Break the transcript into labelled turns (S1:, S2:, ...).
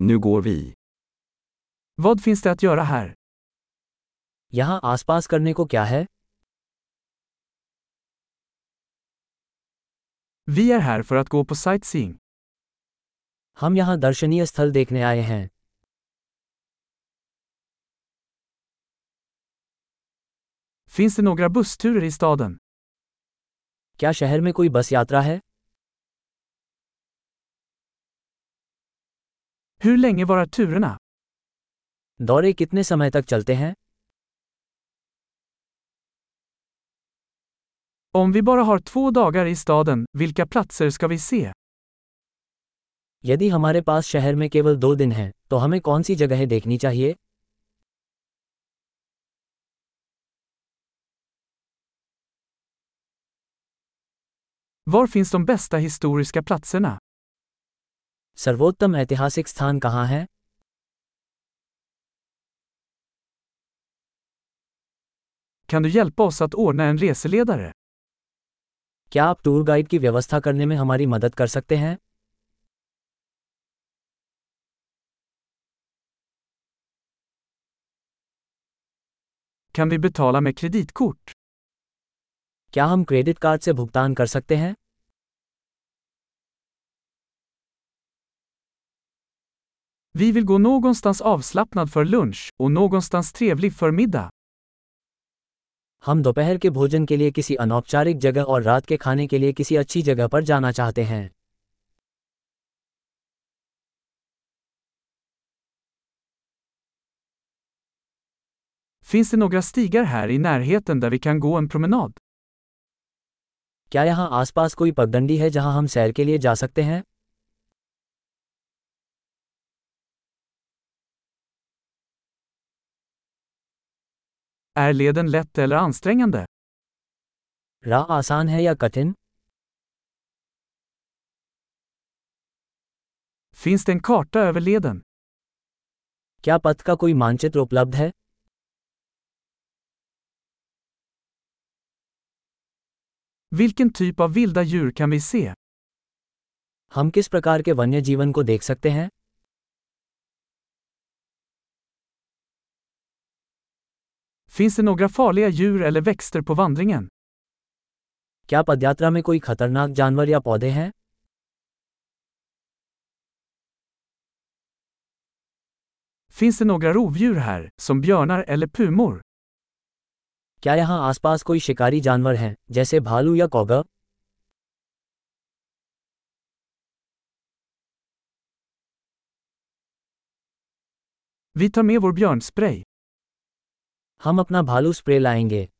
S1: Nu går vi.
S2: Vad finns det att göra här?
S3: यहाँ आसपास करने को क्या है
S2: Vi är här för att gå på sightseeing.
S3: हम यहाँ दर्शनीय स्थल देखने आए हैं
S2: Finns det några bussturer i staden?
S3: क्या शहर में कोई बस यात्रा है
S2: Hur länge varar turerna?
S3: दौरे कितने समय तक चलते हैं
S2: Om vi bara har två dagar i staden, vilka platser ska vi se?
S3: यदि हमारे पास शहर में केवल दो दिन हैं तो हमें कौन सी जगहें देखनी चाहिए
S2: Var finns de bästa historiska platserna?
S3: सर्वोत्तम ऐतिहासिक स्थान कहाँ है
S2: Kan du hjälpa oss att ordna en reseledare?
S3: क्या आप टूर गाइड की व्यवस्था करने में हमारी मदद कर सकते हैं
S2: Kan vi betala med kreditkort?
S3: क्या हम क्रेडिट कार्ड से भुगतान कर सकते हैं
S2: Vi vill gå någonstans avslappnad för lunch och någonstans trevlig för middag.
S3: हम दोपहर के भोजन के लिए किसी अनौपचारिक जगह और रात के खाने के लिए किसी अच्छी जगह पर जाना चाहते हैं
S2: Finns det några stigar här i närheten där vi kan gå en promenad?
S3: क्या यहाँ आसपास कोई पगडंडी है जहाँ हम सैर के लिए जा सकते हैं
S2: Är leden lätt eller ansträngande?
S3: राह आसान है या कठिन
S2: Finns det en karta över leden?
S3: क्या पथ का कोई मानचित्र उपलब्ध है
S2: Vilken typ av vilda djur kan vi se?
S3: हम किस प्रकार के वन्य जीवन को देख सकते हैं
S2: Finns det några farliga djur eller växter på vandringen?
S3: क्या पदयात्रा में कोई खतरनाक जानवर या पौधे हैं
S2: Finns det några rovdjur här, som björnar eller pumor?
S3: क्या यहाँ आसपास कोई शिकारी जानवर हैं जैसे भालू या कौगा
S2: Vi tar med vår björnspray.
S3: हम अपना भालू स्प्रे लाएंगे